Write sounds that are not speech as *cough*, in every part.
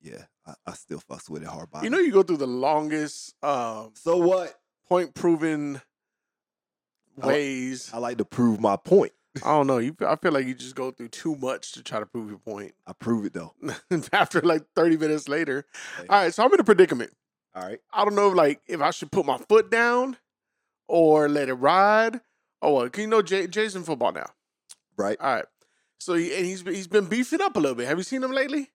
yeah, I, I still fucks with it hard body. You know, you go through the longest um, so what? point proven I like- ways. I like to prove my point. I don't know. You, I feel like you just go through too much to try to prove your point. *laughs* I prove it though. After like thirty minutes later, Like, all right. So I'm in a predicament. all right. I don't know, like if I should put my foot down or let it ride. Oh, well, 'cause you know Jay, Jay's in football now. Right. All right. So he, and he's been- he's been beefing up a little bit. Have you seen him lately?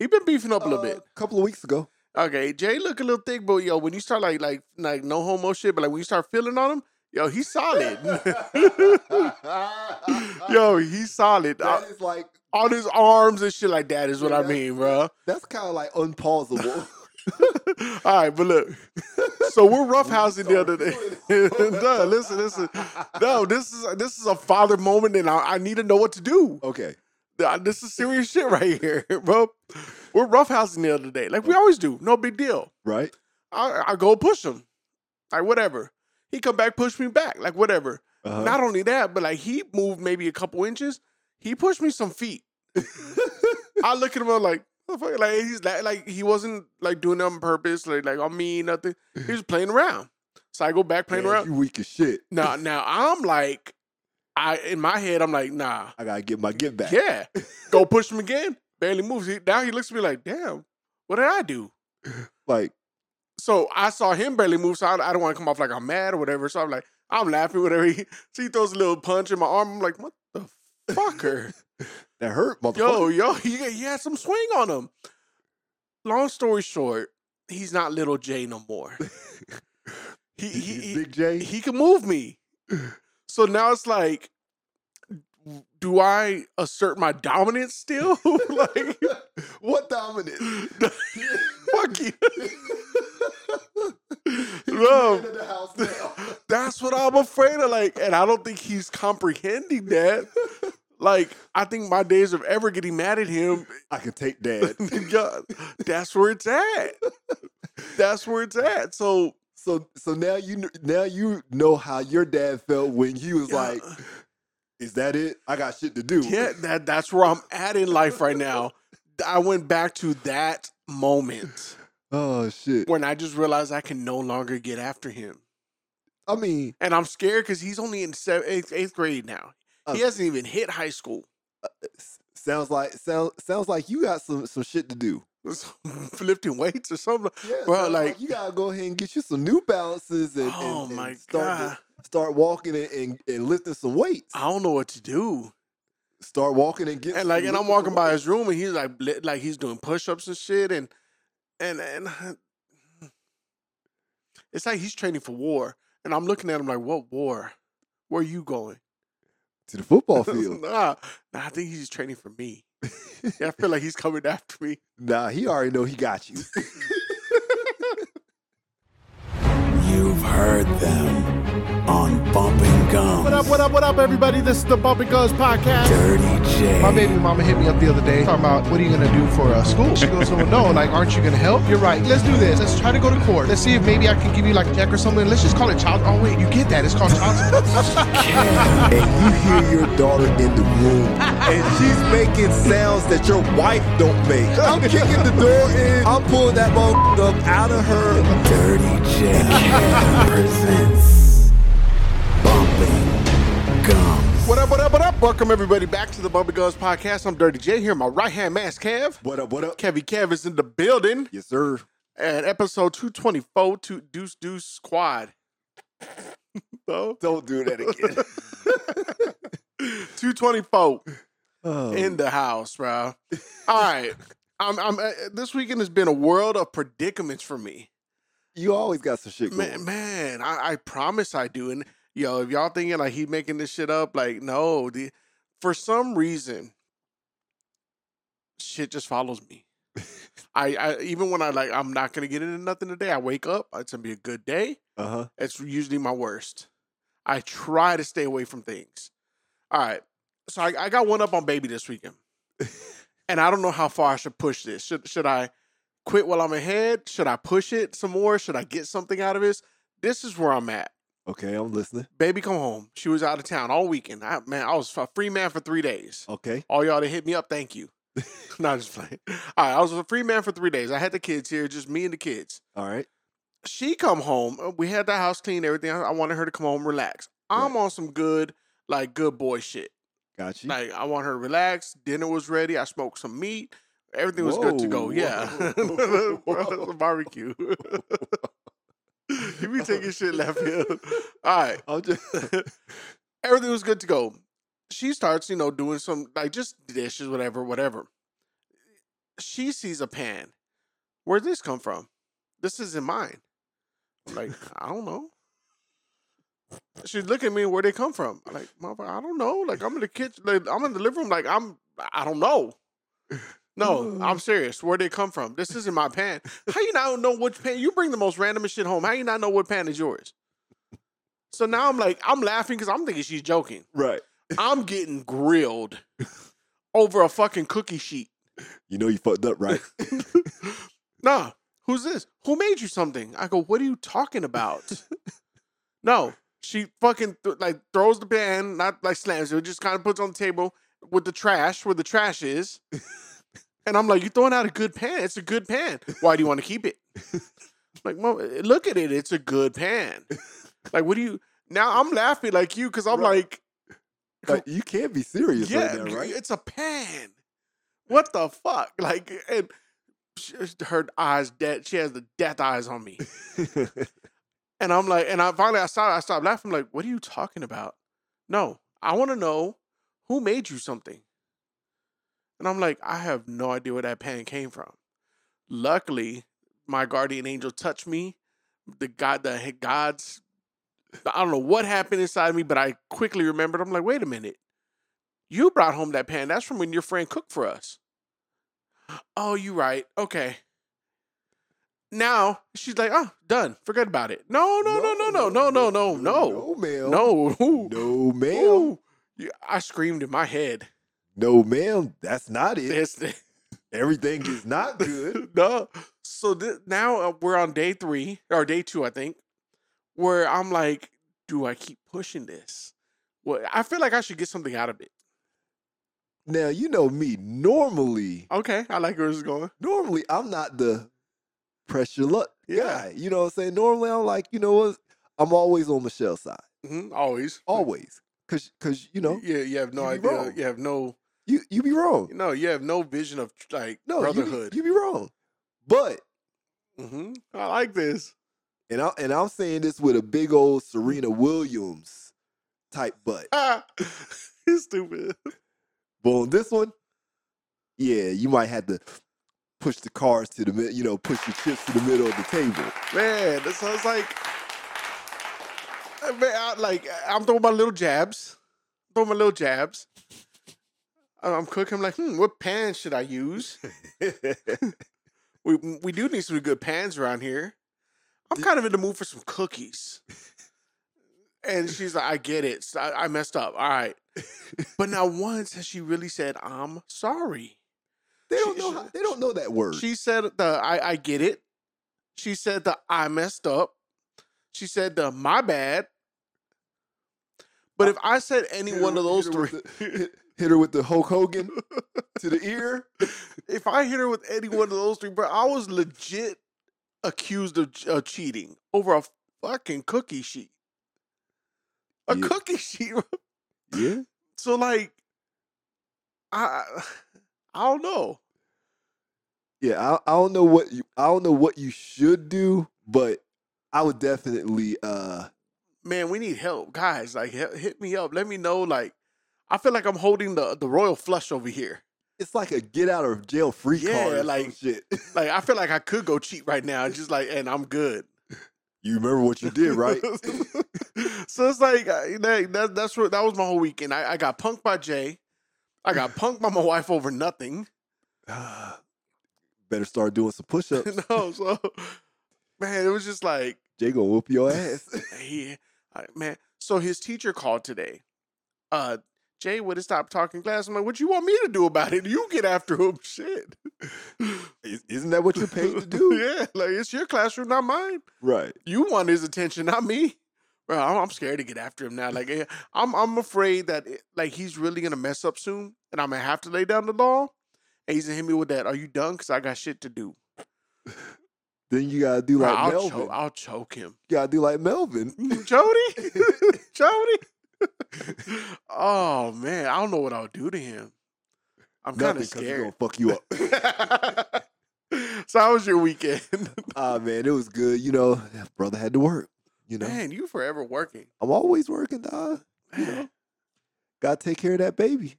He's been beefing up a little Uh, bit. couple of weeks *laughs* ago. Okay, Jay look a little thick, but yo, when you start like like like no homo shit, but like when you start feeling on him, yo, he's *laughs* solid. *laughs* Yo, yo, he's solid. that Uh, is like all his arms and shit like that is what I Yeah. mean, bro. that's kind of like *laughs* unpausable. *laughs* All right, but look. *laughs* So *laughs* we're roughhousing the other day. *laughs* no, listen, listen. No, this is this is a father moment, and I, I need to know what to do. Okay. Uh, This is serious shit right here, *laughs* bro. We're roughhousing the other day, like we always do. No big deal. Right. I, I go push him, like whatever. He come back, push me back, like whatever. Uh-huh. Not only that, but like he moved maybe a couple inches. He pushed me *laughs* some feet. I look at him I'm like, "Motherfucker," like he's like, like he wasn't like doing that on purpose, like like on *laughs* me, nothing. He was playing around. So I go back playing Man, around. You weak as shit. Now, now I'm like, I in my head I'm like, nah, I gotta get my get back. yeah, *laughs* go push him again. Barely moves. He, now he looks at me like, damn, what did I do? Like So I saw him barely move, so I, I don't want to come off like I'm mad or whatever. So I'm like, I'm laughing, whatever. He, *laughs* so he throws a little punch in my arm. I'm like, what the fucker? that hurt, motherfucker. yo, yo, he, he had some swing on him. Long story short, he's not little Jay no more. *laughs* he, He's he, he, Big J. he can move me. So now it's like, do I assert my dominance still? *laughs* like, *laughs* what *laughs* dominant? *laughs* fuck you. Love. Bro, *laughs* that's what I'm afraid of. Like, and I don't think he's comprehending that. Like, I think my days of ever getting mad at him, *laughs* I can take dad. God, that's where it's at. That's where it's at. So, *laughs* So so now you kn- now you know how your dad felt when he was Yeah. like, "Is that it? I got shit to do." yeah, that that's where I'm at in life right now. I went back to that moment. Oh shit. when I just realized I can no longer get after him. I mean, And I'm scared because he's only in seventh, eighth, eighth grade now. He Uh, hasn't even hit high school. *laughs* s- sounds like sounds sounds like you got some some shit to do. So, Lifting weights or something. Yeah, Bro, sounds like- you gotta go ahead and get you some New Balances and, and- Oh and my start to- God. start walking and, and, and lifting some weights. I don't know what to do. Start walking and get And like, and I'm lifting walking some by weights. his room and he's like, li- like he's doing push ups and shit. And, and, and I- *sighs* it's like he's training for war. And I'm looking at him like, what war? Where are you going? to the *laughs* football field. nah, nah, I think he's just training for me. yeah, I feel like he's coming after me. nah, he already know he got *laughs* you. You've heard them on Bumping Gum. What up, what up, what up, everybody? This is the Bump It Goes podcast. Dirty J. My baby mama hit me up the other day talking about what are you gonna do for uh, school? She goes, well, no, like, aren't you gonna help? You're right. Let's do this. Let's try to go to court. Let's see if maybe I can give you like a check or something. Let's just call it child. Oh wait, you get that? It's called child support. and you hear your daughter in the *laughs* room, and she's making sounds that your wife don't make. I'm kicking the door in. I'm pulling that mother up out of her. Dirty J presents Bumping Gums. *laughs* What up, what up, what up? Welcome everybody back to the Bubba Guns Podcast. I'm Dirty J here, my right hand man, Kev. What up? What up? Kevy Kev is in the building Yes, sir. and episode 224 to Deuce Deuce Squad. *laughs* so Don't do that again. 224 *laughs* Oh, in the house, bro. All right. I'm, I'm uh, this weekend has been a world of predicaments for me. you always got some shit going. Man, man, I, I promise I do. And yo, if y'all thinking like he making this shit up, like no, the, for some reason, shit just follows me. I, I even when I like I'm not gonna get into nothing today. I wake up, it's gonna be a good day. Uh huh. It's usually my worst. I try to stay away from things. All right, so I, I got one up on baby this weekend, and I don't know how far I should push this. Should should I quit while I'm ahead? Should I push it some more? Should I get something out of this? This is where I'm at. Okay, I'm listening. Baby, come home. She was out of town all weekend. I, man, I was a free man for three days. Okay. All y'all that hit me up, thank you. *laughs* Not just playing. All right, I was a free man for three days. I had the kids here, just me and the kids. All right. She come home. uh, We had the house clean, everything. I I wanted her to come home, relax. I'm on some good, like good boy shit. Got you. Like I want her to relax. Dinner was ready. I smoked some meat. Everything was good to go. Whoa. Yeah, Bro, *laughs* barbecue. you be taking shit left field. All right, *laughs* I'm *laughs* just *laughs* everything was good to go. She starts, you know, doing some like just dishes, whatever, whatever. She sees a pan. Where'd this come from? This isn't mine. I'm like, I don't know. She's looking at me. Where they come from? I'm like, motherfucker, I don't know. Like, I'm in the kitchen. Like, I'm in the living room. Like, I'm. I don't know. No, I'm serious. Where they come from? This isn't my pan. How you not know which pan? You bring the most randomest shit home. How you not know what pan is yours? So now I'm like, I'm laughing because I'm thinking she's joking. right. I'm getting grilled over a fucking cookie sheet. You know you fucked up, right? Nah, who's this? Who made you something? I go, what are you talking about? no, she fucking th- like throws the pan, not like slams it, just kind of puts it on the table with the trash where the trash is. and I'm like, you're throwing out a good pan. It's a good pan. Why do you want to keep it? like, "Mom, look at it. It's a good pan. Like, what do you? Now I'm laughing like you because I'm Right. like, Like, you can't be serious yeah, right now, right? it's a pan. What the fuck? *laughs* Like, and she, uh, her eyes dead. She has the death eyes *laughs* on me, and I'm like, and I finally I stopped. I stopped laughing. I'm like, what are you talking about? No, I want to know who made you something. And I'm like, I have no idea where that pan came from. Luckily, my guardian angel touched me. The god, the gods, I don't know what happened inside me, but I quickly remembered. I'm like, wait a minute. You brought home that pan. That's from when your friend cooked for us. Oh, you right. Okay. Now she's like, oh, done. Forget about it. No, no, no, no, no, no, no, no, no, No, ma'am. no. *laughs* No, ma'am. Ooh. You- I screamed in my head. *laughs* No, ma'am. That's not it. This, Everything is not good. *laughs* no. So thi- now uh, we're on day three or day two, I think, where I'm like, do I keep pushing this? Well, I feel like I should get something out of it. Now, you know me. Normally, Okay, I like where this is going. normally I'm not the pressure luck Yeah. guy. You know what I'm saying? Normally I'm like, you know what? I'm always on Michelle's side. hmm always, Always. Cause, cause you know, Yeah, you have no You be idea. wrong. You have no, you you be wrong. no, you have no vision of like No, you be- brotherhood. You, be wrong. But hmm I like this. and I and I'm saying this with a big old Serena Williams type butt. Ah, *laughs* it's stupid. But on this one, yeah, you might have to push the cards to the mid, you know, push the chips to the middle of the table. Man, that sounds like Uh, man, I, like I'm throwing my little jabs, throwing my little jabs. I- I'm cooking. I'm like, hmm, what pan should I use? we we do need some good pans around here. I'm kind of in the mood for some cookies. And she's like, I get it. So I, I messed up. All right. But now once has she really said, I'm sorry. They don't She- know she- how, they don't know that word. She said the I, I get it. She said the I messed up. She said the my bad. But if I said any Hit one her of those with- hit her three, with the- hit, hit her with the Hulk Hogan to the ear. *laughs* *laughs* if I hit her with any one of those three, bro, I was legit accused of uh, cheating over a fucking cookie sheet. A Yeah. cookie *laughs* sheet. Yeah. So like, I I don't know. Yeah, I, I don't know what you I don't know what you should do, but I would definitely uh man, we need help, guys. Like, hit, hit me up. Let me know. Like, I feel like I'm holding the the royal flush over here. it's like a get out of jail free Yeah, card. or some like- shit. *laughs* Like, I feel like I could go cheat right now. It's Just like, and I'm good. You remember what you did, *laughs* right? *sighs* so it's like I- that, that- that's what that was my whole weekend. I, I got punked by Jay. I got punked by my wife over nothing. *laughs* Better start doing some push ups. *laughs* no, so man, it was just like Jay gonna whoop *laughs* your ass. he uh, I, man. So his teacher called today. Uh, Jay would have stopped talking class. I'm like, what you want me to do about it? You get after him, shit. Is- Isn't that what *laughs* you're paid to do? yeah, like it's your classroom, not mine. Right. You want his attention, not me. Bro, I'm, I'm scared to get after him now. Like eh, I'm, I'm afraid that it, like he's really gonna mess up soon, and I'm gonna have to lay down the law, and he's gonna hit me with that. Are you done? Because I got shit to do. Then you gotta do like I'll, Melvin. cho- I'll choke him. you gotta do like Melvin. *laughs* Jody? *laughs* Jody? *laughs* oh man, I don't know what I'll do to him. I'm kind Nothing of because he's gonna scared. fuck you *laughs* up. so how was your weekend? Ah man, it was good. You know, brother had to work. You know, Man, you forever working. I'm always working, dog. You know, gotta take care of that baby.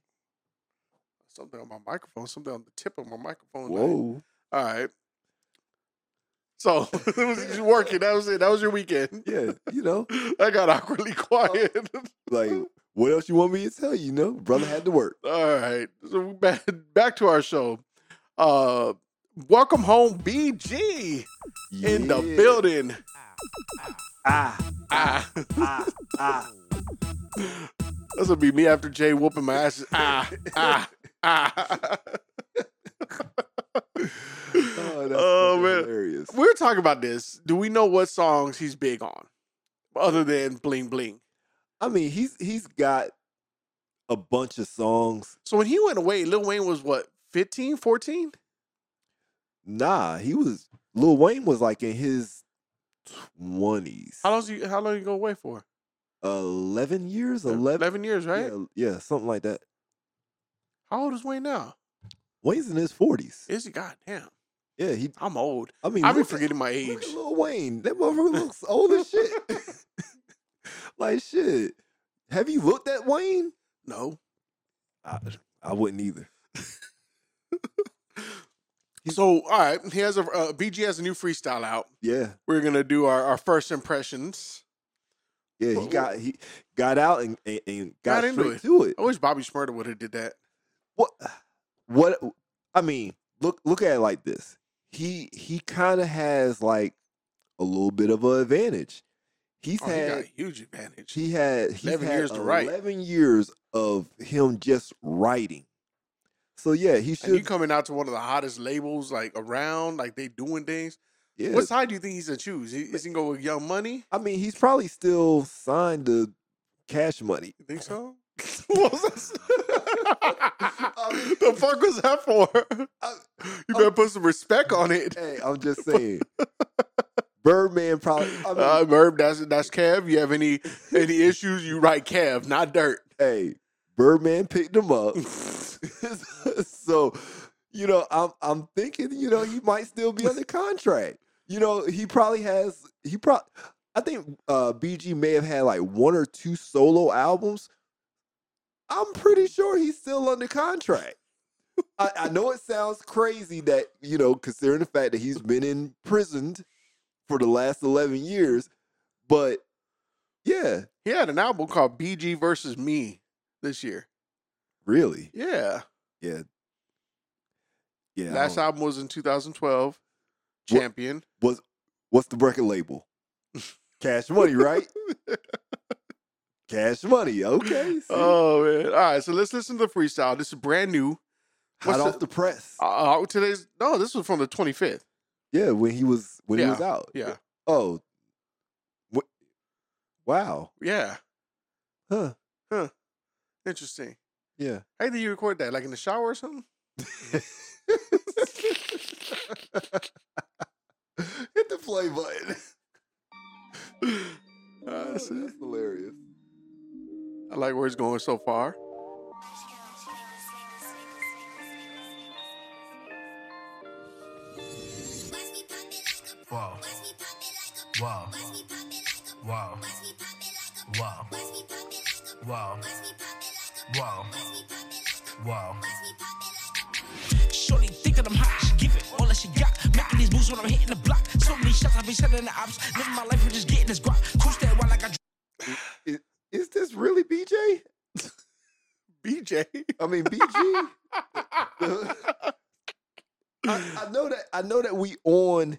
Something on my microphone, something on the tip of my microphone. like- Whoa, All right. So *laughs* it was just working. That was it. That was your weekend. yeah, you know, That got awkwardly *laughs* Oh. quiet. like what else you want me to tell you? You know, brother had to work. All right. So we back, back to our show. Uh welcome home, BG in the Yeah. building. Ah, Ah. ah, ah. This will be me after Jay whooping my ass. Ah, ah, ah. *laughs* Oh, that's Oh, fucking man. hilarious. We were talking about this. Do we know what songs he's big on? Other than Bling Bling. I mean, he's he's got a bunch of songs. So when he went away, Lil Wayne was what, 15, 14? Nah, he was Lil Wayne was like in his twenties, How long's he how long you go away for? eleven years, eleven, years, right? Yeah, yeah, something like that. How old is Wayne now? Wayne's in his forties. Is he goddamn? Yeah, he. I'm old. I mean, I've been look at- forgetting my age. Look at Lil Wayne. That motherfucker looks old as *laughs* shit. *laughs* like shit. Have you looked at Wayne? No. I, I wouldn't either. So all right, he has a uh, BG has a new freestyle out. Yeah, We're gonna do our, our first impressions. yeah. He Well, got he got out and and, and got, Got into straight it. Oh, to it. I wish Bobby Smurda would have did that. what what I mean, look look at it like this. He he kind of has like a little bit of an advantage. He's Oh, he got had a huge advantage. he had he's 11 had years to write. 11 years of him just writing. So yeah, he and you should coming out to one of the hottest labels like around, like they doing things. yeah. What side do you think he's gonna choose? He- Is he gonna go with Young Money? I mean, he's probably still signed to Cash Money. You *laughs* think so? What was that? the fuck was that for? you better put some respect on it. Hey, I'm *laughs* just saying. Birdman probably I mean, Uh, Merb, that's that's Kev. You have any any issues? You write Kev, not Dirt. hey, Birdman picked him up. *laughs* so, you know, I'm I'm thinking, you know, he might still be under contract. You know, he probably has he probably I think uh BG may have had like one or two solo albums. I'm pretty sure he's still under contract. I, I know it sounds crazy that, you know, considering the fact that he's been imprisoned for the last 11 years, but yeah, He had an album called BG versus Me this year. really. Yeah, Yeah. Yeah. I last don't- album was in 2012. What- Champion. What's what's the record label? *laughs* Cash money, right? Cash money. Okay. see? Oh man! All right, so let's listen to the freestyle. This is brand new. Hot what's off the- the press. Uh, today's no, this was from the 25th. yeah, when he was when he was out. Yeah, Oh. Wh- Wow. yeah, Huh. interesting. Yeah. How did you record that? Like in the shower *sighs* or something? Hit the play button. *laughs* Uh, That's so- hilarious. I like where it's going so far. Wow. Wow. Wow. Wow. Wow. Wow. Wow. Shorty think that I'm hot. Give it all that she got. Making these moves when I'm hitting the block. So many shots I've been setting the ops. Living my life, I'm just getting this guap. Cruise that while I got Is, is this really BJ? BJ. I mean BG. I, I know that I know that we on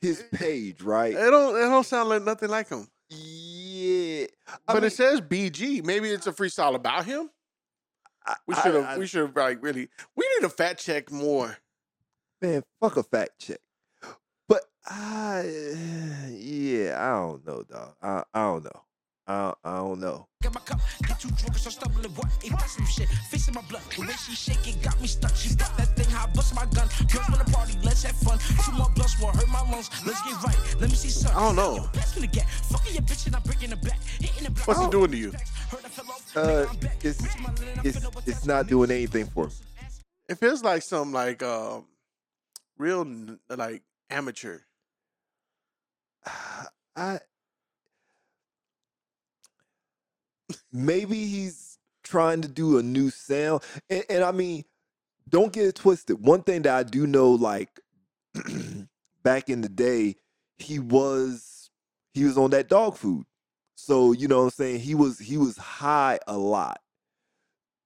his page, It right? don't. It don't sound like nothing like him. Yeah, I but mean, it says BG. Maybe it's a freestyle about him. I- We I- should I- have. We should have like really. We need to fact check more. man, fuck a fact check. *sighs* But I, yeah, I don't know, dog. I, I don't know. I, I don't know. Got my cup, get too drunk, so stumbling what? Ain't got some shit, facing my blood. The way she shake it got me stuck. She got that thing, how I bust my gun. Girls wanna party, let's have fun. Two more blunts won't hurt my lungs. Let's get right, let me see some. I don't know. Pass me the gap, fucking your bitch and I'm breaking the back. Hitting the block. Oh. What's it doing to you? Heard I fell off, Uh, nigga, I'm back. it's Switch my lane, I'm it's finna attack. it's not doing anything for me. It feels like some like um real n- like amateur. I maybe he's trying to do a new sound, and, and I mean, don't get it twisted. One thing that I do know, like *clears throat* back in the day, he was he was on that dog food, so you know what I'm saying. He was he was high a lot,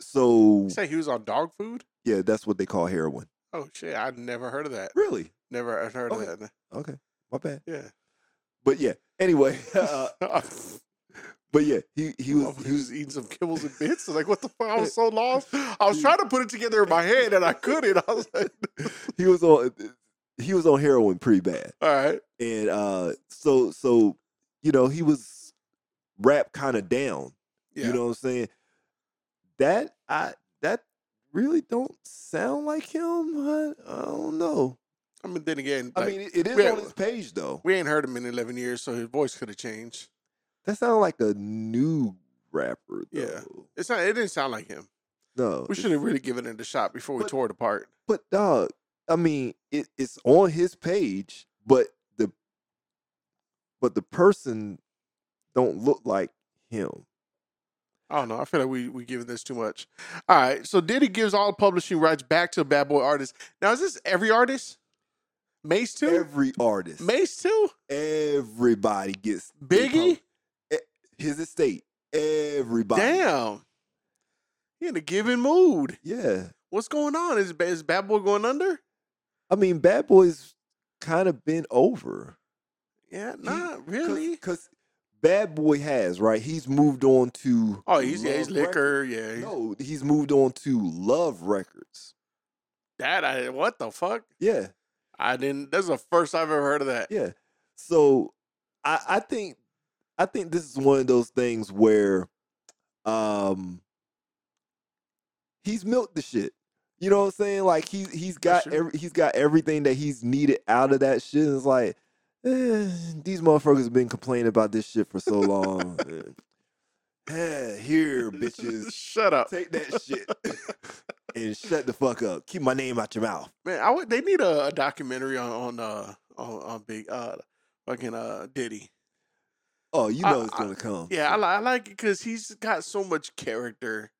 so Mm. You say he was on dog food? yeah, that's what they call heroin. Oh shit, I'd never heard of that. Really? Never had heard Okay. of that. Okay, my bad. Yeah. But yeah, anyway, *laughs* uh, but yeah, he he he was was, he was eating some kibbles and bits. I was like, what the fuck? I *laughs* was so lost. I was trying to put it together in my head and I couldn't. I was like, *laughs* he was on he was on heroin pretty bad all right. and uh so so you know he was rap kind of down Yeah. you know what i'm saying that i that really don't sound like him i, I don't know I mean, then again, i like, mean it- it is we- on his page though we ain't heard him in 11 years, so his voice could have changed. that sounds like a new rapper though. Yeah. It's not, it didn't sound like him. no We it- should have really given it a shot before we But- tore it apart. but dog i mean it, it's on his page but the but the person don't look like him I don't know. I feel like we we giving this too much. All right. So Diddy gives all publishing rights back to Bad Boy artists. Now is this every artist? Mace too. Every artist, Mace too. everybody gets they pub- Biggie. his estate. Everybody. Damn. He in a giving mood. Yeah. What's going on? Is, is Bad Boy going under? I mean, Bad Boy's kind of been over. Yeah, not really. Because Bad Boy has right. He's moved on to. oh, he's yeah, he's Love Records. liquor. Yeah, he's- No, he's moved on to Love Records. that I what the fuck? Yeah, I didn't. That's the first I've ever heard of that. yeah. So, I I think I think this is one of those things where, um, he's milked the shit. You know what I'm saying? Like he he's got sure. every, he's got everything that he's needed out of that shit. And it's like eh, these motherfuckers have been complaining about this shit for so long. Eh, eh, here, bitches, *laughs* Shut up, take that *laughs* shit and shut the fuck up. Keep my name out your mouth. man. I would. They need a, a documentary on on uh on, on big uh fucking uh Diddy. Oh, you I- know it's I- gonna come. Yeah, I, li- I like it because he's got so much character.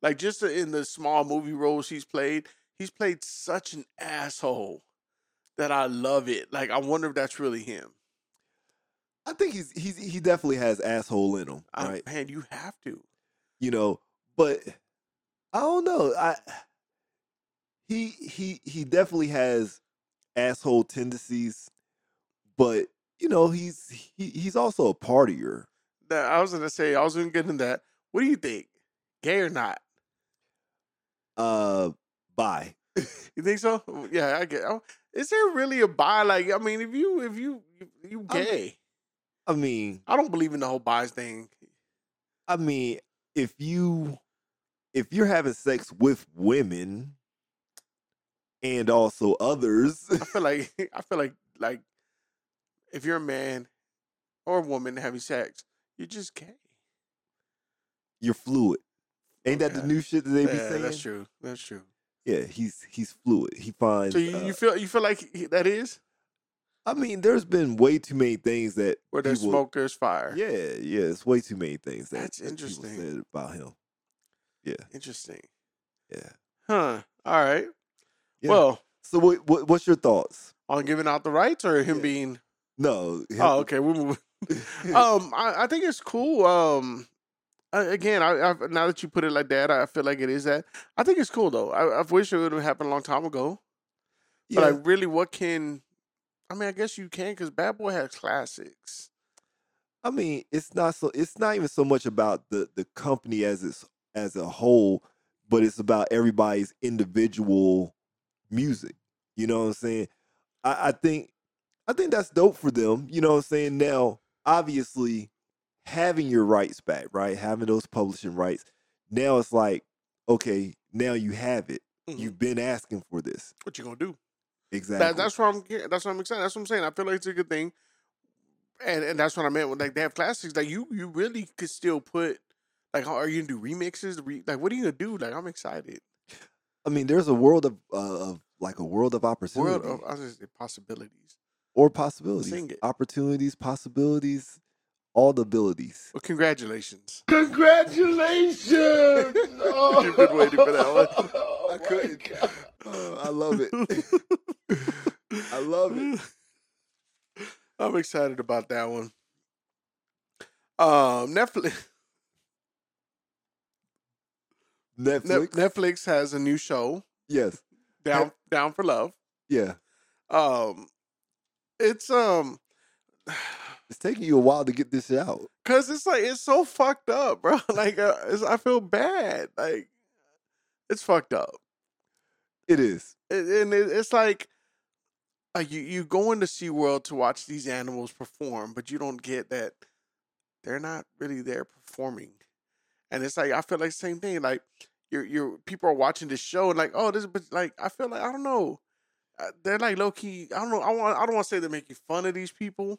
Like just in the small movie roles he's played, he's played such an asshole that I love it. Like I wonder if that's really him. I think he's he's he definitely has asshole in him, I- right? Man, you have to. you know but i don't know i he he he definitely has asshole tendencies but you know he's he, he's also a partier That I was gonna say. I was gonna get into that. What do you think? Gay or not? uh by You think so? Yeah, I get. oh, Is there really a bi? Like, I mean, if you if you you I mean- gay, i mean I don't believe in the whole bi's thing. i mean if you if you're having sex with women and also others *laughs* I feel like *laughs* I feel like like if you're a man or a woman having sex, you're just gay. you're fluid ain't that the Okay. new shit that they be Yeah, saying that's true. That's true. yeah he's he's fluid he finds So you, uh, you feel you feel like he- that is I mean, there's been way too many things that where there's people- smoke, there's fire. Yeah, yeah, it's way too many things that That's that people interesting. said about him. Interesting. Yeah. Huh. All right. Yeah. Well, So what, what what's your thoughts? on giving out the rights or him Yeah. being No. him- *laughs* Oh, okay. We're moving. um, I, I think it's cool. Um, I- again, I, I now that you put it like that, I feel like it is that. I think it's cool though. I, I wish it would have happened a long time ago. yeah, But like, really, what can? I mean, I guess you can because Bad Boy has classics. I mean, it's not so it's not even so much about the the company as it's as a whole, but it's about everybody's individual music. You know what I'm saying? I, I think I think that's dope for them. You know what I'm saying? Now, obviously, having your rights back, right? Having those publishing rights. Now it's like, okay, now you have it. Mhm. You've been asking for this. What you gonna do? Exactly. That, that's what I'm. ge- That's what I'm excited. That's what I'm saying. I feel like it's a good thing, and and that's what I meant. When like they have classics, like you you really could still put like, how, are you gonna do remixes? Re, like, what are you gonna do? Like, I'm excited. I mean, there's a world of, uh, of like a world of opportunity World of I was gonna say possibilities. or possibilities, Sing it. opportunities, possibilities, all the abilities. Well, congratulations. Congratulations! You've been waiting for that one. *laughs* Oh I my couldn't. God. Oh, I love it. *laughs* I love it. I'm excited about that one. Um, *laughs* Netflix Netflix. Netflix, Netflix has a new show Yes. down down for love. Yeah. Um, it's um, It's taking you a while to get this out. cause it's like it's so fucked up, bro. *laughs* Like uh, it's, I feel bad. Like it's fucked up, It is. and, and it, it's like. Uh, you you go into SeaWorld to watch these animals perform, but you don't get that they're not really there performing. And it's like I feel like same thing. Like you're you're people are watching this show and like oh this but like I feel like I don't know. Uh, They're like low key. I don't know. I want. I don't want to say they're making fun of these people,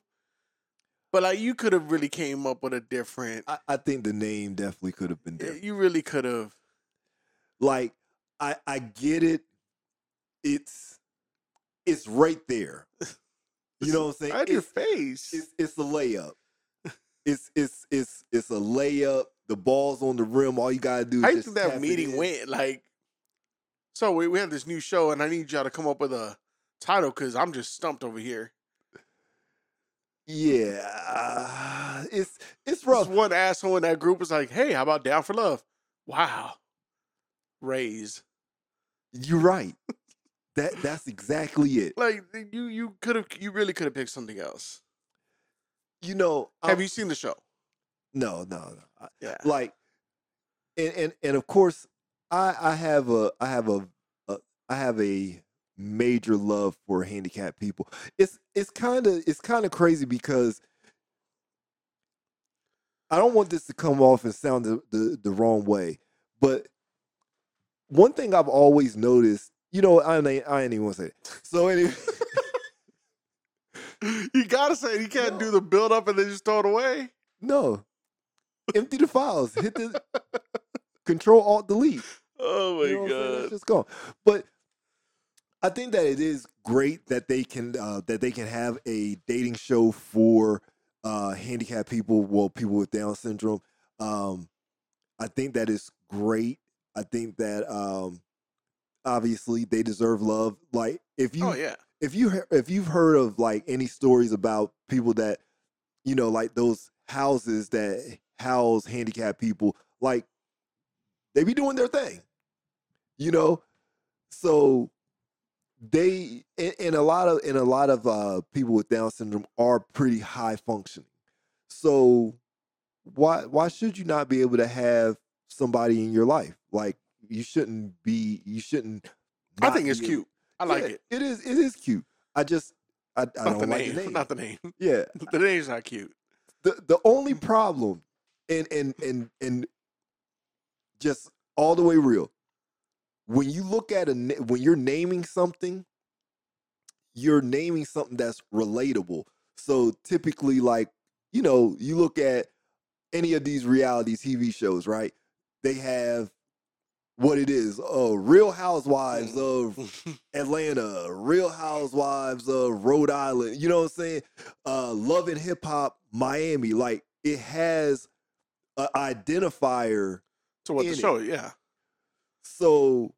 but like you could have really came up with a different. I, I think the name definitely could have been y- different. You really could have. Like, I I get it. It's it's right *laughs* there. You know what I'm saying? I had your It's, face. it's it's a layup. It's it's it's it's a layup. The ball's on the rim. All you gotta do. Is How you just think tap it that meeting in. went? Like, so we we have this new show, and I need y'all to come up with a title because I'm just stumped over here. Yeah, uh, it's it's This rough. one asshole in that group was like, "Hey, how about Down for Love?" Wow, raise. You're right. That that's exactly it. Like th- you, you could have, you really could have picked something else. You know. Have I'm- you um, seen the show? No, no, no. I- Yeah. Like, and and and of course, I I have a I have a, a I have a major love for handicapped people. It's it's kind of it's kind of crazy because I don't want this to come off and sound the, the the wrong way, but one thing I've always noticed, you know, I ain't, I ain't even want to say it. So anyway. *laughs* you gotta say it. you can't do the build up and then just throw it away. *laughs* No. Empty the files. Hit the control alt delete. Oh my You know what I'm saying? god. It's just gone. But I think that it is great that they can uh, that they can have a dating show for uh, handicapped people, well, people with Down syndrome. Um, I think that is great. I think that um, obviously they deserve love. Like if you oh yeah. if you he- if you've heard of like any stories about people that you know like those houses that house handicapped people like they be doing their thing you know so they and, and a lot of and a lot of uh people with down syndrome are pretty high functioning so why why should you not be able to have somebody in your life like you shouldn't be you shouldn't I not think it's be able- cute. I like yeah, it. It is. It is cute. I just I, I Not don't the, like name. *laughs* the name. Not the name. *laughs* yeah. The name's not cute. The the only problem, and and and and just all the way real. When you look at a na- when you're naming something, you're naming something that's relatable. So typically, like you know, you look at any of these reality TV shows, right? They have what it is. Oh, Real Housewives of Atlanta, Real Housewives of Rhode Island, you know what I'm saying? Uh, Love and Hip Hop, Miami. Like it has an identifier, So what In the it. show? Yeah. so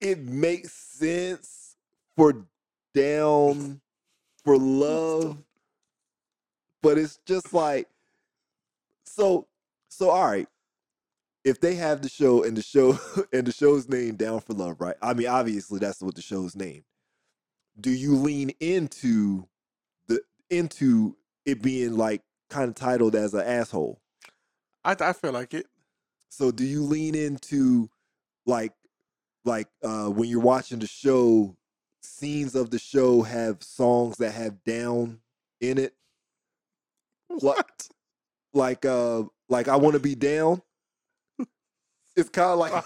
it makes sense for down for love, but it's just like so. So all right, if they have the show and the show *laughs* and the show's name down for love right i mean obviously that's what the show's name do you lean into the into it being like kind of titled as an asshole I I feel like it. so do you lean into like like uh when you're watching the show scenes of the show have songs that have down in it Like- What? like uh like I want to be down. It's kind of like I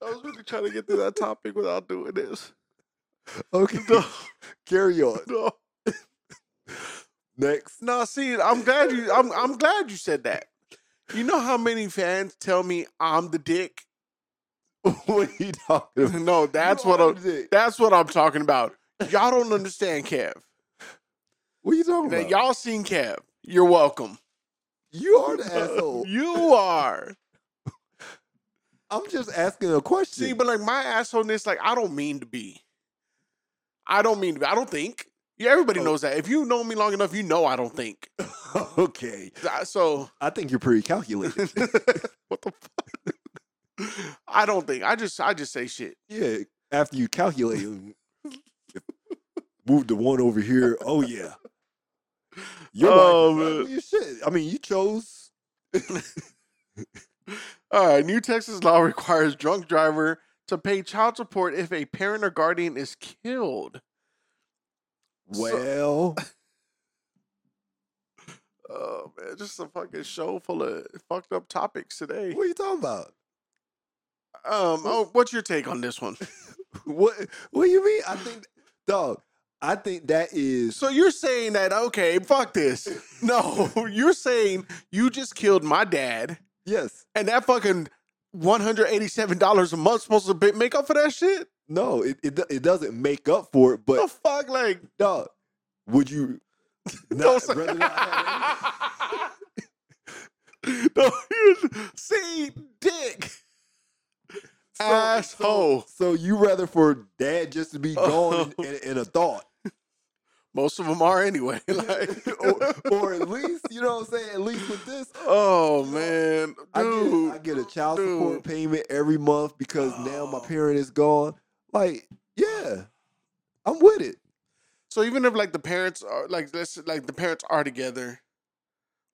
was really trying to get through that topic without doing this. okay, No, *laughs* carry on. no, *laughs* Next, no. See, I'm glad you. I'm I'm glad you said that. You know how many fans tell me I'm the dick? *laughs* *laughs* what are you talking about? No, that's You what are I'm. the dick. That's what I'm talking about. Y'all don't understand Kev. What are you talking Now, about? y'all seen Kev. You're welcome. you *laughs* are the asshole. You are. I'm just asking a question. See, but like my assholeness, like I don't mean to be. I don't mean to be. I don't think. Yeah, Oh. everybody knows that. If you know me long enough, you know I don't think. *laughs* *laughs* okay, I- So I think you're pretty *laughs* calculated. *laughs* what the fuck? I don't think. I just I just say shit. yeah, after you calculate, and move the one over here. Oh yeah, your Oh, wife is man. ugly as shit. I mean, you chose. All right. Uh, New Texas law *laughs* requires drunk driver to pay child support if a parent or guardian is killed. So- *laughs* Well, Oh man, just a fucking show full of fucked up topics today. what are you talking about? Um, oh, what's your take on this one? What What do you mean? I think, dog. I think that is So you're saying that okay, fuck this. No, *laughs* you're saying you just killed my dad, yes. and that fucking one hundred eighty-seven dollars a month supposed to be- make up for that shit? No, it, it do- it doesn't make up for it. The But fuck, like, dog, would you? *laughs* don't Not, say- rather not have it? *laughs* No, you- see, dick, So- asshole. So you rather for dad just to be Oh. gone in, in, in a thought, Most of them are anyway. *laughs* Like, or, or at least you know what I'm saying. At least with this, oh man, I get I dude, get a child support dude. Oh. payment every month because now my parent is gone. Like, yeah, I'm with it. So even if like the parents are like let's like the parents are together,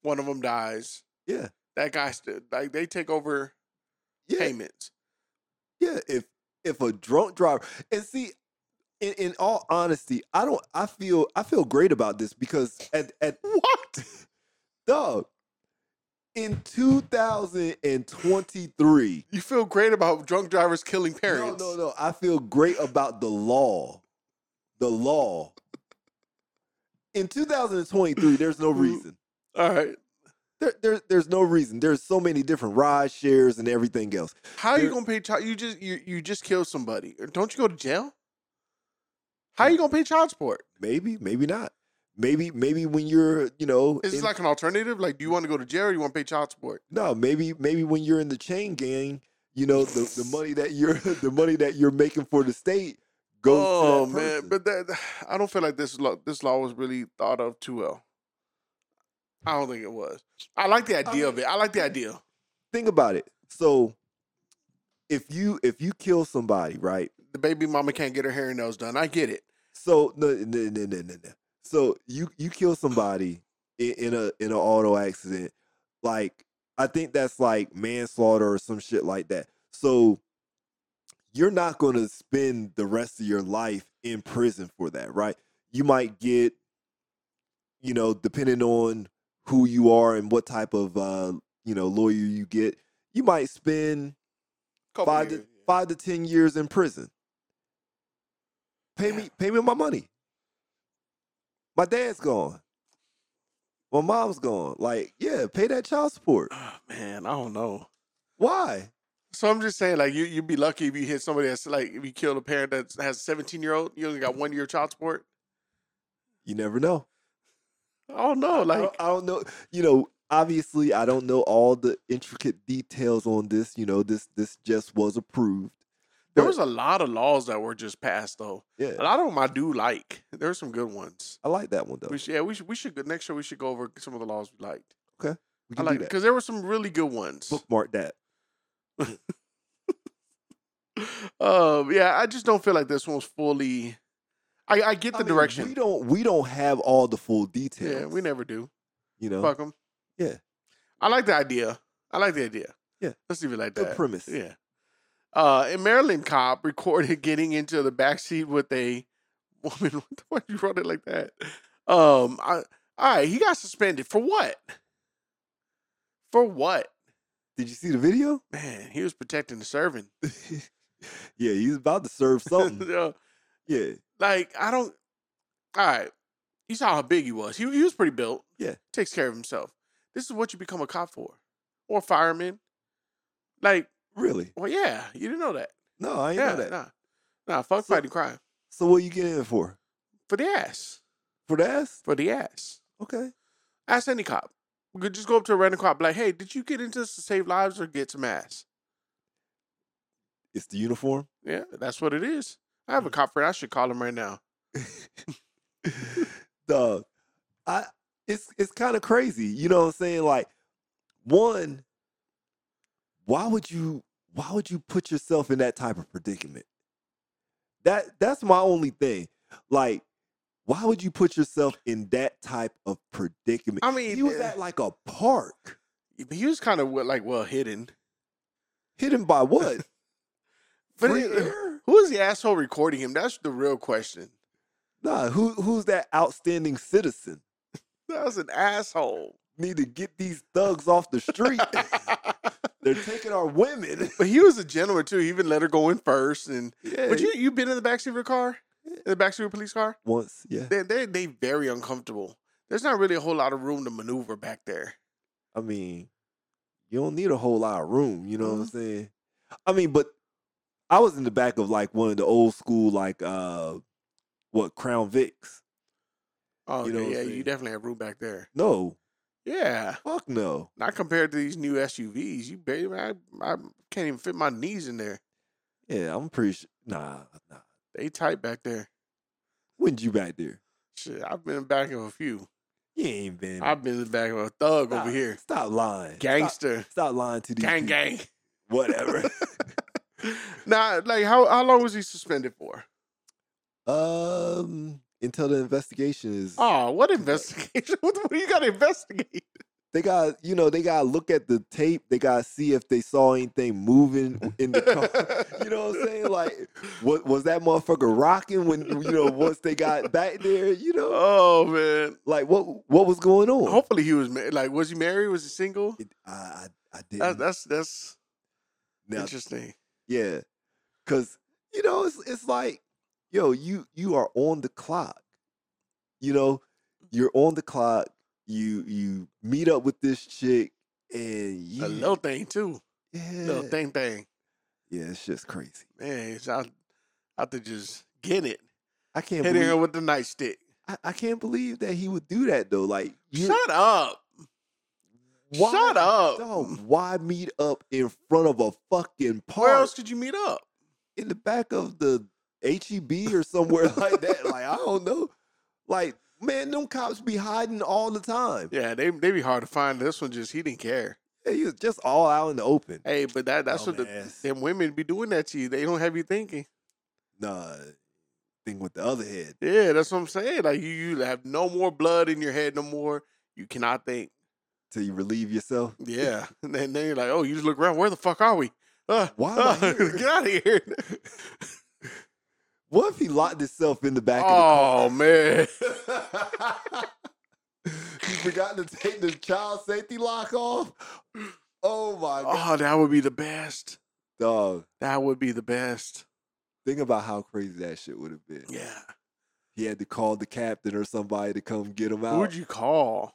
one of them dies. Yeah. that guy still like they take over Yeah, payments. Yeah, if if a drunk driver and see, in, in all honesty, I don't. I feel I feel great about this because at at What? *laughs* dog in 2023. You feel great about drunk drivers killing No, parents? no, no. I feel great about the law. The law. In 2023, there's no reason. All right. There, there, there's no reason. There's so many different ride shares and everything else. How are you There- gonna pay child? You just you you just killed somebody. Don't you go to jail? How you gonna pay child support? Maybe, maybe not. Maybe, maybe when you're, you know, Is this in- like an alternative? Like, do you want to go to jail or you want to pay child support? no, maybe, maybe when you're in the chain gang, you know, the, the money that you're, *laughs* the money that you're making for the state goes. Oh to that man, person. but that *sighs* I don't feel like this law this law was really thought of too well. I don't think it was. I like the idea of it. I like the idea. think about it. So, if you if you kill somebody, right? The baby mama can't get her hair and nails done. I get it. So no, no, no, no, no, no. So you you kill somebody in, in a in an auto accident, like I think that's like manslaughter or some shit like that. So you're not going to spend the rest of your life in prison for that, right? You might get, you know, depending on who you are and what type of uh, you know lawyer you get, you might spend Couple five to years, yeah. five to ten years in prison. Pay me, pay me my money. My dad's gone. My mom's gone. Like, yeah, pay that child support. *sighs* Ah, man, I don't know. Why? So I'm just saying, like you you'd be lucky if you hit somebody that's like if you killed a parent that has a 17 year old, you only got one year of child support. You never know. I don't know. I Like don't, I don't know. You know, obviously, I don't know all the intricate details on this. You know, this this just was approved. there but- was a lot of laws that were just passed though. A Yeah, lot of them I do like. There are some good ones. I like that one though. We should, yeah, we should we should go next show we should go over some of the laws we liked. We I can like do that. because there were some really good ones. Bookmark that. Um, yeah, I just don't feel like this one was fully. I, I get the I mean, direction. We don't we don't have all the full details. yeah, we never do. You know, Fuck them. Yeah. I like the idea. I like the idea. Yeah. let's leave it like good that. premise. Yeah. Uh, a Maryland cop *laughs* recorded getting into the backseat with a woman. Why you wrote it like that? Um, I, all right, he got suspended for what? For what? Did you see the video? Man, he was protecting the servant. *laughs* *laughs* Yeah, he's about to serve something. Uh, yeah, like I don't. All right, you saw how big he was. He he was pretty built. Yeah. takes care of himself. This is what you become a cop for, or a fireman. Like, really? well, yeah, you didn't know that. No, I ain't yeah, know that. nah, nah, fuck So- fighting crime So what you getting in for? for the ass, For the ass? for the ass. Okay. Ask any cop. We could just go up to a random cop, be like, hey, did you get into this to save lives or get some ass? It's the *laughs* uniform. Yeah, that's what it is. I Mm. have a cop friend. I should call him right now. Dog. I it's it's kind of crazy. You know what I'm saying? Like, one, why would you why would you put yourself in that type of predicament? That that's my only thing. Like, why would you put yourself in that type of predicament? I mean, eh he was at like a park. he was kind of like well hidden. Hidden by what? But Free it- air? who is the asshole recording him? That's the real question. Nah, who who's that outstanding citizen? That was an *laughs* asshole. Need to get these thugs off the street. but They're taking our women. he was a gentleman too. He even let her go in first. And Yeah. but you you been in the backseat of a car, in the backseat of a police car. once, yeah. They they they very uncomfortable. There's not really a whole lot of room to maneuver back there. I mean, you don't need a whole lot of room, you know what I'm saying? I mean, but I was in the back of like one of the old school like uh what Crown Vics. Oh You know what I'm yeah, saying? you definitely have room back there. No, Yeah, fuck no. not compared to these new SUVs. You baby, I, I can't even fit my knees in there. Yeah, I'm pretty sure. Nah, nah. They tight back there. When'd you back there? Shit, I've been in the back of a few. You ain't been. I've been in the back of a thug Stop- over here. Stop lying. Stop, Gangster. stop lying to these Gang people. gang. *laughs* Whatever. Nah, like how how long was he suspended for? *laughs* um, until the investigation is. Oh, what investigation? *laughs* what, what do you gotta investigate? they got you know they got to look at the tape. They got to see if they saw anything moving in the *laughs* car. *laughs* you know what I'm saying? Like, what was that motherfucker rocking when you know once they got back there? You know, Oh man. like what what was going on? Hopefully he was married. Like, was he married? Was he single? It- I I, I didn't. That, that's that's now, interesting. yeah, because you know it's it's like yo you you are on the clock. You know, you're Mm-hmm. on the clock. You you meet up with this chick and you A little thing too. yeah Little thing thing. yeah it's just crazy. Man, it's out out to just get it. I can't Hitting believe her with the nightstick. I, I can't believe that he would do that though. Like, you- Shut up. why, Shut up. dog, why meet up in front of a fucking Where park else could you meet up? in the back of the HEB or somewhere *laughs* like that? Like, I don't know. Like, man, them cops be hiding all the time. Yeah, they they be hard to find. This one just he didn't care. He was just all out in the open. Hey, but that that's Oh, what the, Dumbass. them women be doing that to you. They don't have you thinking. Nah, thing with the other head. Yeah, that's what I'm saying. Like you, you have no more blood in your head no more. You cannot think. Till you relieve yourself. Yeah, *laughs* and then, then you're like, oh, you just look around. Where the fuck are we? Uh, Why am I *laughs* uh, here? get out of *laughs* here! What if he locked himself in the back *laughs* oh man, of the Oh. car? *laughs* he forgot to take the child safety lock off. *clears throat* Oh my god. oh that would be the best. Dog, That would be the best. think about how crazy that shit would have been. Yeah. He had to call the captain or somebody to come get him out. Who would you call?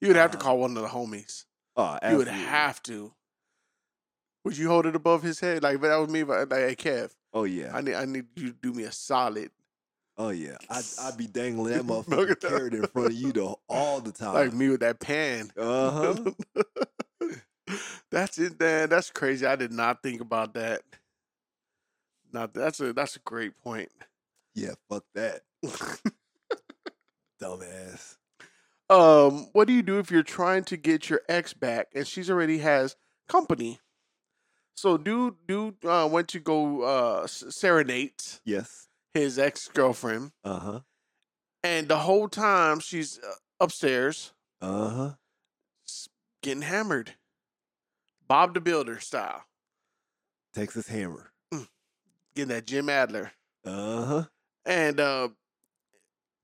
You would have to Uh, call one of the homies. Oh, You would absolutely. have to. Would you hold it above his head? Like if that was me. If I, like, hey, Kev, Oh yeah. I need, I need you to do me a solid. oh yeah. I'd, I'd be dangling *laughs* that motherfucker carrot in front of you the, all the time. Like me with that pan. Uh huh. *laughs* that's it, man. That's crazy. I did not think about that. Not that's a that's a great point. Yeah. Fuck that. *laughs* Dumbass. Um, what do you do if you're trying to get your ex back and she's already has company? So dude, dude uh, went to go uh, s- serenade Yes. his ex girlfriend, Uh huh. and the whole time she's uh, upstairs Uh huh. getting hammered, Bob the Builder style, Texas Hammer. Uh-huh. getting that Jim Adler. Uh huh. and uh,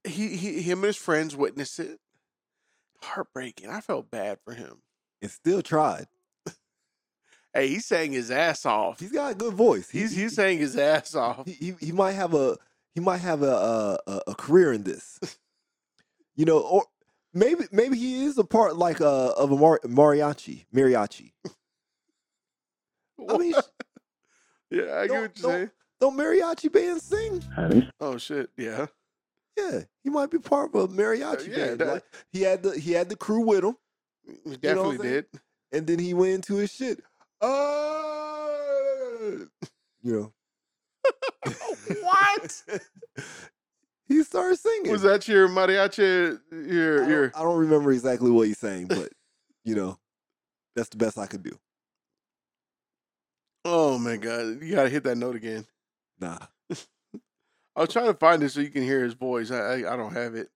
he, he him and his friends witnessed it. Heartbreaking. I felt bad for him. and still tried. Hey, he sang his ass off. He's got a good voice. He- He's he's sang his ass *laughs* off. he, he he might have a he might have a a, a- a career in *laughs* this. You know, or maybe maybe he is a part like uh of a mar- mariachi mariachi. I mean, sh- yeah, I don't- get what you're don't- saying. *laughs* don't mariachi bands sing? Oh shit, yeah. Yeah, he might be part of a mariachi yeah, band. that- Like, he had the he had the crew with him, We You know what definitely I'm did. saying? and then he went into his shit. *laughs* Uh, you know, what? he started singing. Was that your mariachi I your don't, your I don't remember exactly what he's saying, but you know, that's the best I could do. Oh my god, you gotta hit that note again. Nah. I was trying to find it so you can hear his voice. I I, I don't have it.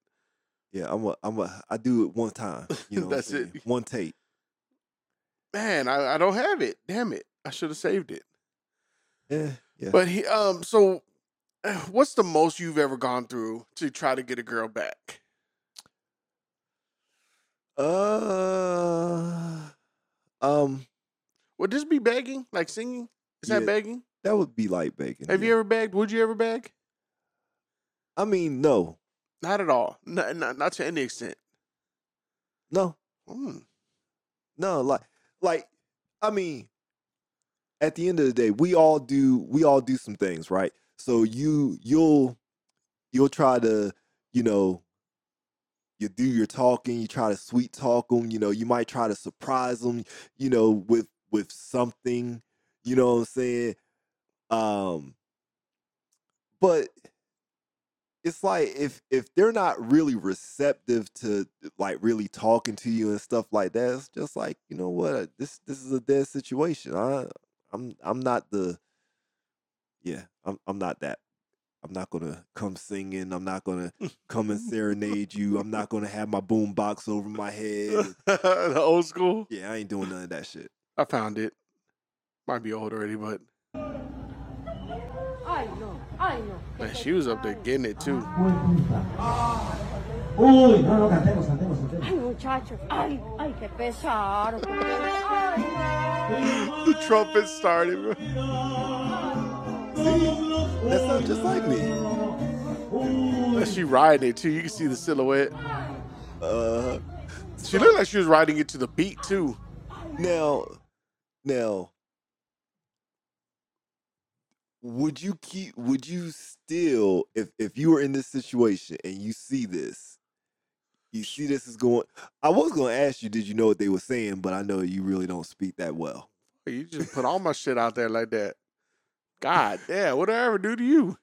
Yeah, I'm a, I'm a, I do it one time. You know, what I'm That's it. saying? One take. Man, I, I don't have it. Damn it. I should have saved it. Yeah, yeah. But he um so *sighs* uh, what's the most you've ever gone through to try to get a girl back? uh, um, Would this be begging? Like singing? Is that Yeah. begging? that would be like bacon. Have you ever begged? Would you ever beg? I mean, no, Not at all. Not not, not to any extent. no, Hmm. no. Like, like, I mean, at the end of the day, we all do, we all do some things, right? So you, you'll, you'll try to, you know, you do your talking, you try to sweet talk them, you know, you might try to surprise them, you know, with with something, you know what I'm saying? Um but it's like if if they're not really receptive to like really talking to you and stuff like that, it's just like, you know what, Uh, this this is a dead situation. I I'm I'm not the yeah, I'm I'm not that. I'm not gonna come singing. I'm not gonna come and serenade you. I'm not gonna have my boom box over my *laughs* head. the old school. Yeah, I ain't doing none of that shit. I found it. Might be old already, but Ay, no, ay, no. man, she was up there getting it too. Uy, no, no, cantemos, cantemos, cantemos. Ay, muchacho. Ay, ay, qué pesar. Ay, no. The trumpet started, bro. That sounds just like me. And she riding it too. You can see the silhouette. Uh-huh. Uh, She looked like she was riding it to the beat too. now, now, would you keep? Would you still, if if you were in this situation and you see this, you see this is going. I was gonna ask you, did you know what they were saying? But I know you really don't speak that well. You just put all my shit out there like that. God damn, what did I ever do to you?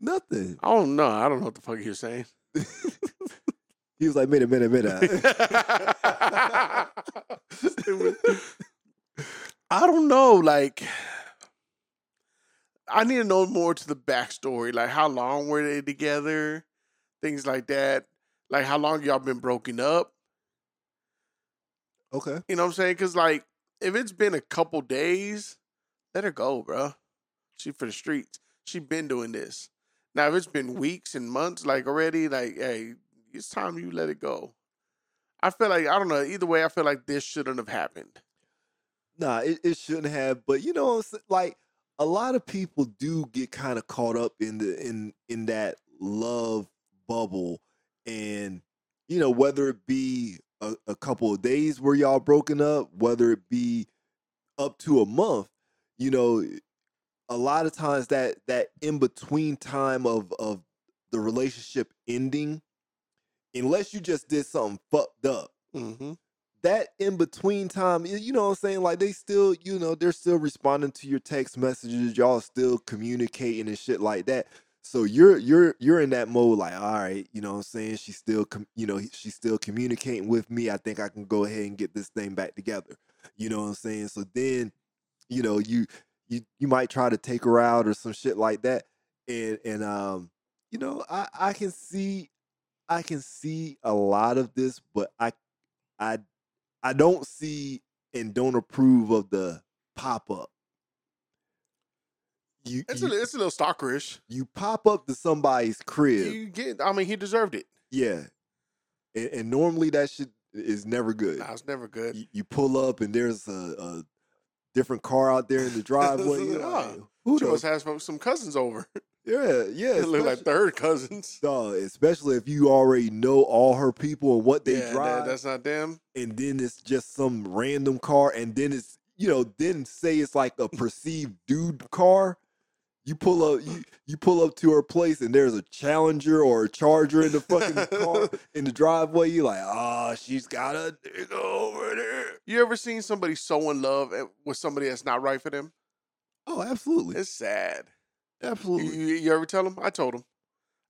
Nothing. I don't know. I don't know what the fuck you're saying. He was like, minute, minute, *laughs* minute. Stupid. *laughs* I don't know. Like, I need to know more to the backstory. Like, how long were they together? Things like that. Like, how long y'all been broken up? okay. You know what I'm saying? Because, like, if it's been a couple days, let her go, bro. She for the streets. She been doing this. Now, if it's been weeks and months, like already, like, hey, it's time you let it go. I feel like I don't know. Either way, I feel like this shouldn't have happened. Nah, it, it shouldn't have. But you know, what I'm sa- like a lot of people do get kind of caught up in the in in that love bubble, and you know whether it be a, a couple of days where y'all broken up, whether it be up to a month, you know, a lot of times that that in between time of of the relationship ending, unless you just did something fucked up Mm-hmm. that in between time, y- you know what I'm saying? Like they still, you know, they're still responding to your text messages, y'all still communicating and shit like that. So you're you're you're in that mode like, all right, you know what I'm saying? She's still com- you know, he- she's still communicating with me. I think I can go ahead and get this thing back together. You know what I'm saying? So then, you know, you you you might try to take her out or some shit like that. And and um, you know, I I can see I can see a lot of this, but I I I don't see and don't approve of the pop up. you It's a, you, it's a little stalkerish. you pop up to somebody's crib, You get. I mean, he deserved it. yeah, and, and normally that shit is never good. Nah, it's never good. You, you pull up and there's a, a different car out *laughs* there in the driveway. You're like, Ah, Who She knows? must have some- some cousins over. *laughs* Yeah, yeah. They look like especially- third cousins. Dog, especially if you already know all her people and what *laughs* they yeah, that- drive, that's not them. and then it's just some random car, and then it's you know, then say it's like a perceived dude car. You pull up, you, you pull up to her place, and there's a Challenger or a Charger in the fucking car in the driveway. You like, ah, she's got a nigga over there. You ever seen somebody so in love and- with somebody that's not right for them? Oh, absolutely, It's sad. You, absolutely. you- you ever tell them? I told him.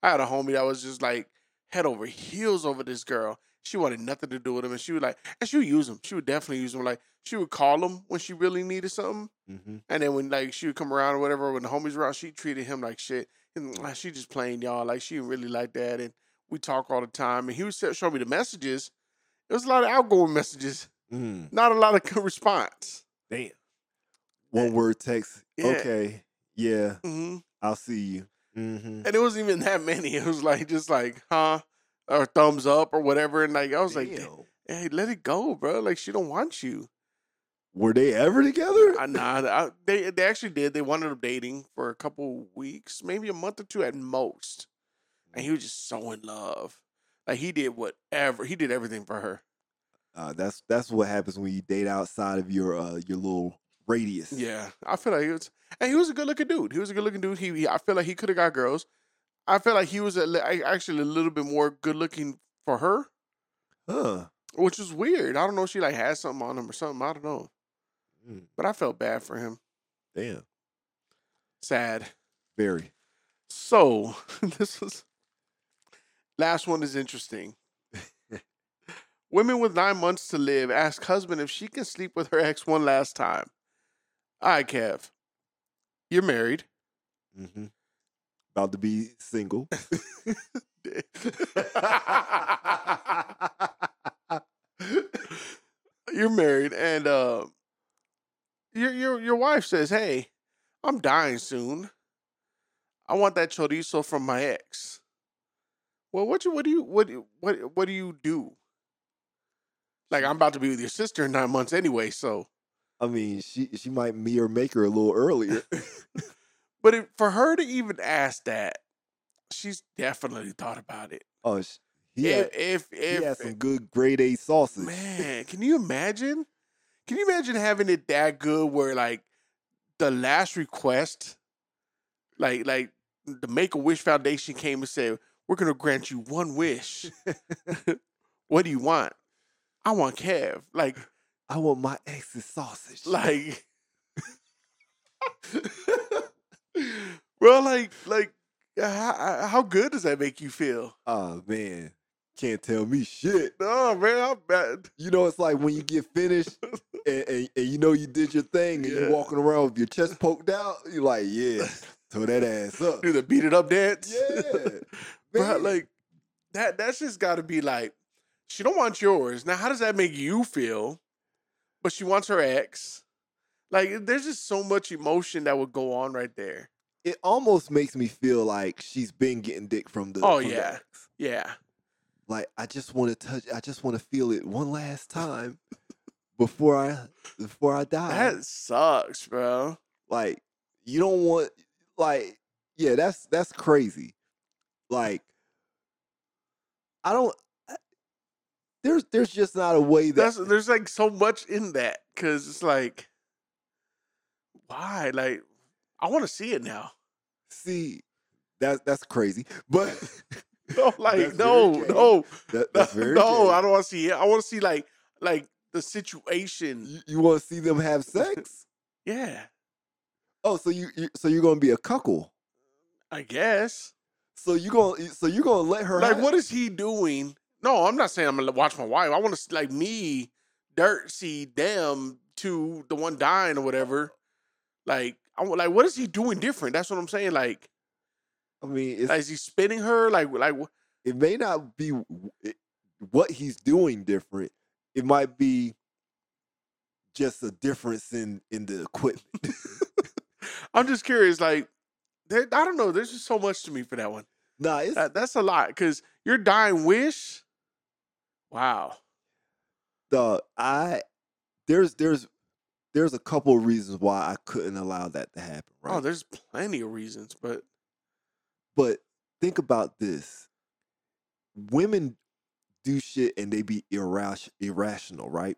I had a homie that was just like head over heels over this girl. She wanted nothing to do with him, and she would like, and she would use him. She would definitely use him. Like she would call him when she really needed something, Mm-hmm. and then when like she would come around or whatever, when the homies were around, she treated him like shit. And "Ah, she just playing y'all like she didn't really like that, and we talk all the time. And he would se- show me the messages. It was a lot of outgoing messages, Mm. not a lot of *laughs* good response. Damn. One word text. Yeah. Okay. Yeah, hmm I'll see you. Mm-hmm. And it wasn't even that many. It was like just like huh, or thumbs up or whatever. And like I was like, hey, let it go, bro. Like she don't want you. were they ever together? I, nah, I, they they actually did. They wanted up dating for a couple weeks, maybe a month or two at most, and he was just so in love. Like he did whatever. He did everything for her. Uh, that's that's what happens when you date outside of your uh, your little radius. Yeah, I feel like he was, and he was a good looking dude. He was a good looking dude. He, he- I feel like he could have got girls. I feel like he was a, li- a- actually a little bit more good looking for her, Huh. which was weird. I don't know. if She like had something on him or something. I don't know. Mm. But I felt bad for him. Damn. Sad. Very. So *laughs* this is last one is interesting. Women with nine months to live ask husband if she can sleep with her ex one last time. All right, Kev, you're married. Mm-hmm. About to be single. *laughs* you're married, and uh, your your your wife says, "Hey, I'm dying soon. I want that chorizo from my ex." Well, what you what do you what do you- what what do you do? Like I'm about to be with your sister in nine months anyway, so. I mean, she she might meet her maker a little *laughs* earlier. But it, for her to even ask that, she's definitely thought about it. Oh, sh he had, if he if, if had some good grade A sausage. Man, can you imagine? Can you imagine having it that good where like the last request, like like the Make a Wish Foundation came and said, We're gonna grant you one *laughs* wish. what do you want? I want Kev. Like I want my ex's sausage. like *laughs* Well, like like uh, how, how good does that make you feel? oh man, can't tell me shit. No, man, I'm bad. You know, it's like when you get finished *laughs* and, and, and you know you did your thing and Yeah. you're walking around with your chest poked out, you're like, *laughs* yeah, throw that ass up. Do the beat it up dance. *laughs* Yeah. But man. like that that's just gotta be like, she don't want yours. Now, how does that make you feel? But she wants her ex. Like there's just so much emotion that would go on right there. it almost makes me feel like she's been getting dick from the Oh, from the yeah. ex. Yeah. Like I just want to touch I just want to feel it one last time before I before I die. That sucks, bro. like you don't want like yeah that's that's crazy like i don't I- there's there's just not a way that That's there's like so much in that. Cause it's like why? Like I wanna see it now. *laughs* *laughs* see that's that's crazy but *laughs* No, like That's very no, gay. no, that, no, *laughs* that's very gay. I don't wanna see it. I wanna see like like the situation. you, you want to see them have sex Yeah, oh so you, you so you're gonna be a cuckle I guess. so you gonna so you're gonna let her Like, have- what is he doing? No, I'm not saying I'm gonna watch my wife. I want to like me, dirt, see them to the one dying or whatever. Like, I wa- like what is he doing different? That's what I'm saying. Like, i mean it's, like, is he spinning her? Like, like wh- it may not be w- it, what he's doing different. It might be just a difference in in the equipment. I'm just curious. Like, there, I don't know. There's just so much to me for that one. *laughs* Nah, it's That, that's a lot because your dying wish. Wow. dog, I there's there's there's a couple of reasons why I couldn't allow that to happen, right? Oh, there's plenty of reasons, but but think about this. Women do shit and they be irras- irrational, right?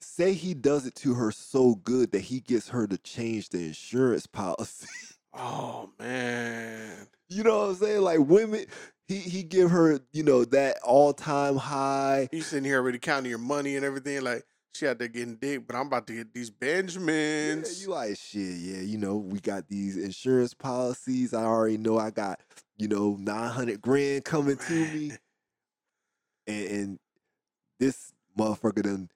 Say he does it to her so good that he gets her to change the insurance policy. *laughs* oh man, you know what I'm saying? Like women, he he give her, you know, that all time high. you sitting here already counting your money and everything. Like she out there getting dick, but I'm about to get these Yeah, Benjamins. you like shit, yeah. You know, we got these insurance policies. I already know I got, you know, nine hundred grand coming to me, and, and this motherfucker done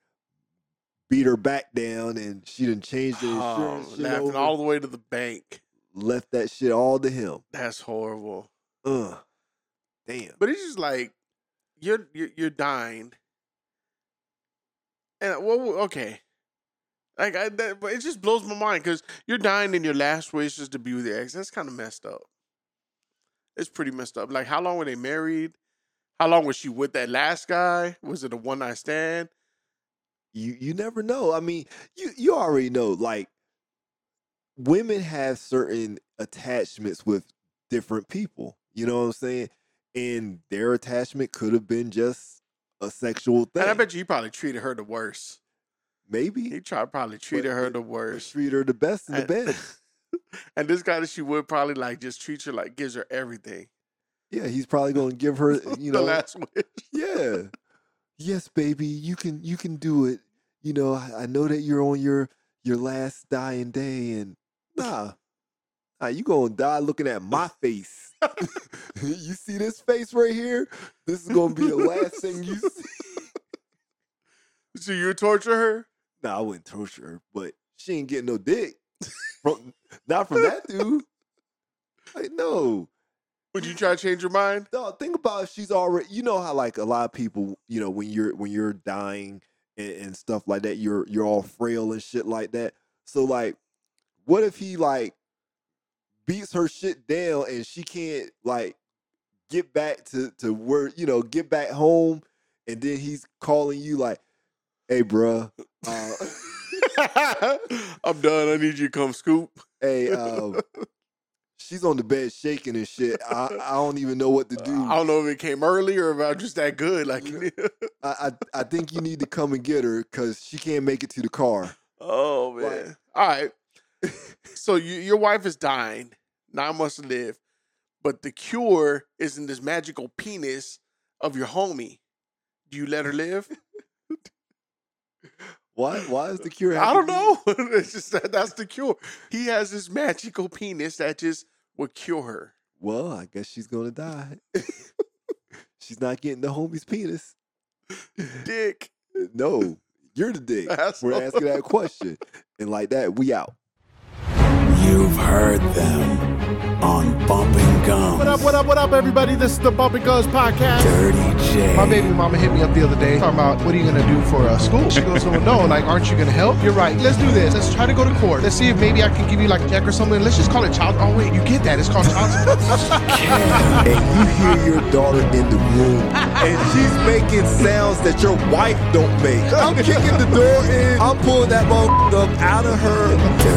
beat her back down, and she done changed the Oh, insurance. shit laughing over, all the way to the bank. left that shit all to him. That's horrible. Uh, damn. But it's just like you're you're, you're dying, and uh, well, okay, like I, that, but it just blows my mind because you're dying and your last wish is to be with your ex. That's kind of messed up. It's pretty messed up. Like, how long were they married? How long was she with that last guy? Was it a one night stand? you you never know. I mean, you you already know. Like women have certain attachments with different people. You know what I'm saying? And their attachment could have been just a sexual thing. And I bet you he probably treated her the worst. He maybe tried probably treated her but- the but *laughs* worst. treat her the best in the And- *laughs* bed. and this guy that she would probably like just treats her like gives her everything. Yeah, he's probably gonna give *laughs* her, you know, the last wish. yeah, yes, baby, you can you can do it. You know, I, I know that you're on your your last dying day, and nah, nah, you gonna die looking at my face. *laughs* you see this face right here? This is gonna be the last thing you see. *laughs* So you torture her? Nah, I wouldn't torture her, but she ain't getting no dick. From, not from that dude. Like, no. Would you try to change your mind? No, think about if she's already. You know how like a lot of people, you know, when you're when you're dying and, and stuff like that, you're you're all frail and shit like that. So like, what if he like beats her shit down and she can't like get back to to where you know get back home, and then he's calling you like, "Hey, bruh, uh, I'm done. I need you to come scoop. hey, um, she's on the bed shaking and shit. I I don't even know what to do. I don't know if it came early or if I'm just that good. Like, *laughs* I, I I think you need to come and get her because she can't make it to the car. oh Right. man. All right. so you, your wife is dying. Nine months to live, but the cure is in this magical penis of your homie. Do you let her live? Why? Why is the cure? have I to don't be- know. *laughs* it's just that, that's the cure. He has this magical penis that just would cure her. Well, I guess she's gonna die. *laughs* she's not getting the homie's penis. Dick. No, you're the dick. Asshole. We're asking that question, and like that, we out. You've heard them on Bumping Gum. What up, what up, what up, everybody? This is the Bumpy Guns Podcast. Dirty J. My baby mama hit me up the other day talking about what are you gonna do for uh, school? She goes, well, no, like, aren't you gonna help? You're right. Let's do this. Let's try to go to court. Let's see if maybe I can give you like Jack or something. Let's just call it child. Oh wait, you get that? It's called child. support. *laughs* And you hear your daughter in the room, and she's making sounds that your wife don't make. I'm kicking the door in. I'm pulling that motherfucker up out of her